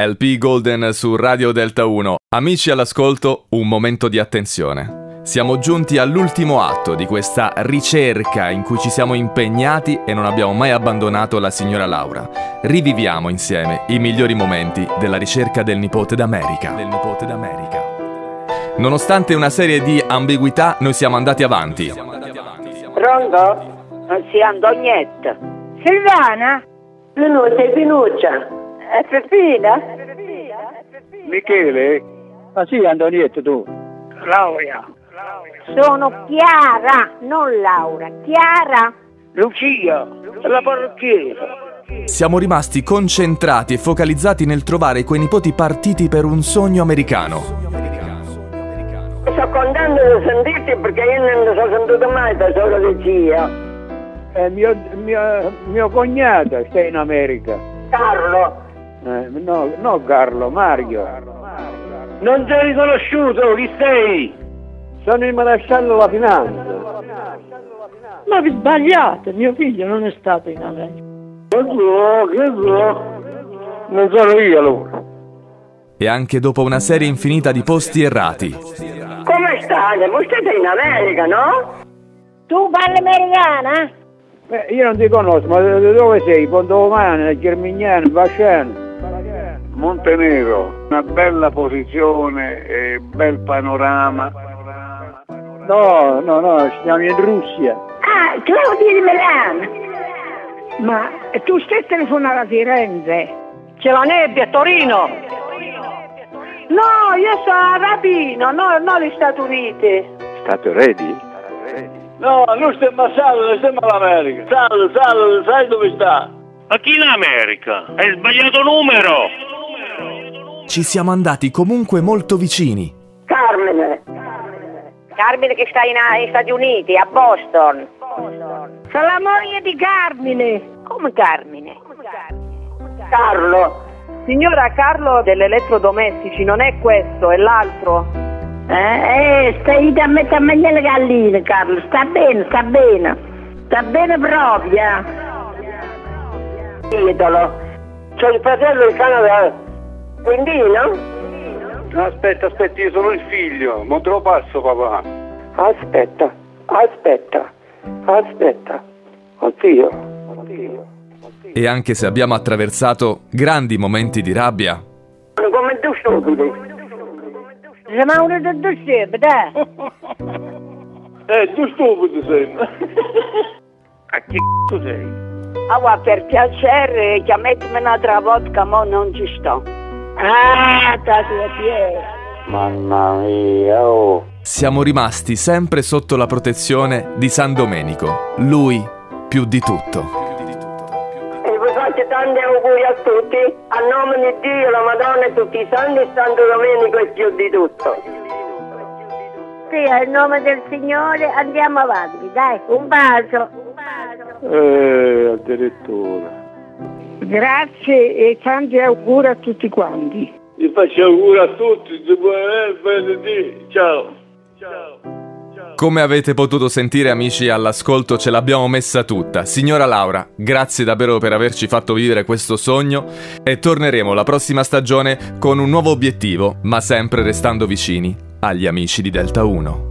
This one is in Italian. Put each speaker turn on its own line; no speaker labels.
LP Golden su Radio Delta 1. Amici all'ascolto, un momento di attenzione. Siamo giunti all'ultimo atto di questa ricerca in cui ci siamo impegnati e non abbiamo mai abbandonato la signora Laura. Riviviamo insieme i migliori momenti della ricerca del nipote d'America. Del nipote d'America. Nonostante una serie di ambiguità, noi siamo andati avanti.
Pronto?
Si Antonietta.
Silvana?
Venuta e Pinuccia.
È Peppina?
Michele?
Ma Ah, sì, Antonietta tu.
Laura.
Sono Chiara, non Laura. Chiara?
Lucia. La parrucchiera.
Siamo rimasti concentrati e focalizzati nel trovare quei nipoti partiti per un sogno americano.
Sto contando di sentirti perché io non mi sono sentito mai da solo di zia.
Eh, mio, mio, mio cognato sta in America.
Carlo,
Eh, no, no Carlo, Mario.
Non ti ho riconosciuto, chi sei?
Sono il maresciallo La Finanza.
Ma vi sbagliate, mio figlio non è stato in America.
Che so, che so. Non sono io allora.
E anche dopo una serie infinita di posti errati,
come state? Voi siete in America, no?
Tu parli americana?
Beh, io non ti conosco, ma da dove sei? Pontovomano, Germignano, Basciano?
Montenegro, una bella posizione e bel panorama.
No, no, no, siamo in Russia.
Ah, Claudio di Milano.
Ma tu stai telefonando a Firenze?
C'è la nebbia a Torino.
No, io sono a Rabino, no, no gli Stati Uniti.
Stato ready?
No, noi stiamo a Sal, noi stiamo all'America. Sal, Sal, sai dove sta?
Ma chi in America? Hai sbagliato numero!
ci siamo andati comunque molto vicini.
Carmine.
Carmine che sta in- negli Stati Uniti, a Boston. Sono la moglie di Carmine. Come Carmine?
Carlo.
Signora Carlo dell'elettrodomestici, non è questo, è l'altro.
Eh, eh, stai da metà meglio le galline, Carlo. Sta bene, sta bene. Sta bene proprio. Idolo. C'è il fratello in Canada. Quindi, no?
Aspetta, aspetta, io sono il figlio, non te lo passo papà.
Aspetta, aspetta, aspetta. Oddio. Oddio.
E anche se abbiamo attraversato grandi momenti di rabbia,
Come tu stupido.
Ma uno del dossier, dai.
Eh, tu stupido sei. A chi c***o sei?
Ah, guarda, per piacere, chiametemi un'altra vodka, ma non ci sto.
Ah, sta tua Piera.
Mamma mia, oh.
siamo rimasti sempre sotto la protezione di San Domenico. Lui più di tutto.
E vi faccio tanti auguri a tutti, a nome di Dio, la Madonna e tutti i santi, e Santo Domenico e più di tutto.
Sì, nel nome del Signore andiamo avanti, dai, un bacio.
Eh, addirittura.
Grazie e tanti auguri a tutti quanti.
Vi faccio auguri a tutti, di buon eh, venerdì, ciao. Ciao.
Come avete potuto sentire amici all'ascolto ce l'abbiamo messa tutta. Signora Laura, grazie davvero per averci fatto vivere questo sogno e torneremo la prossima stagione con un nuovo obiettivo, ma sempre restando vicini agli amici di Delta 1.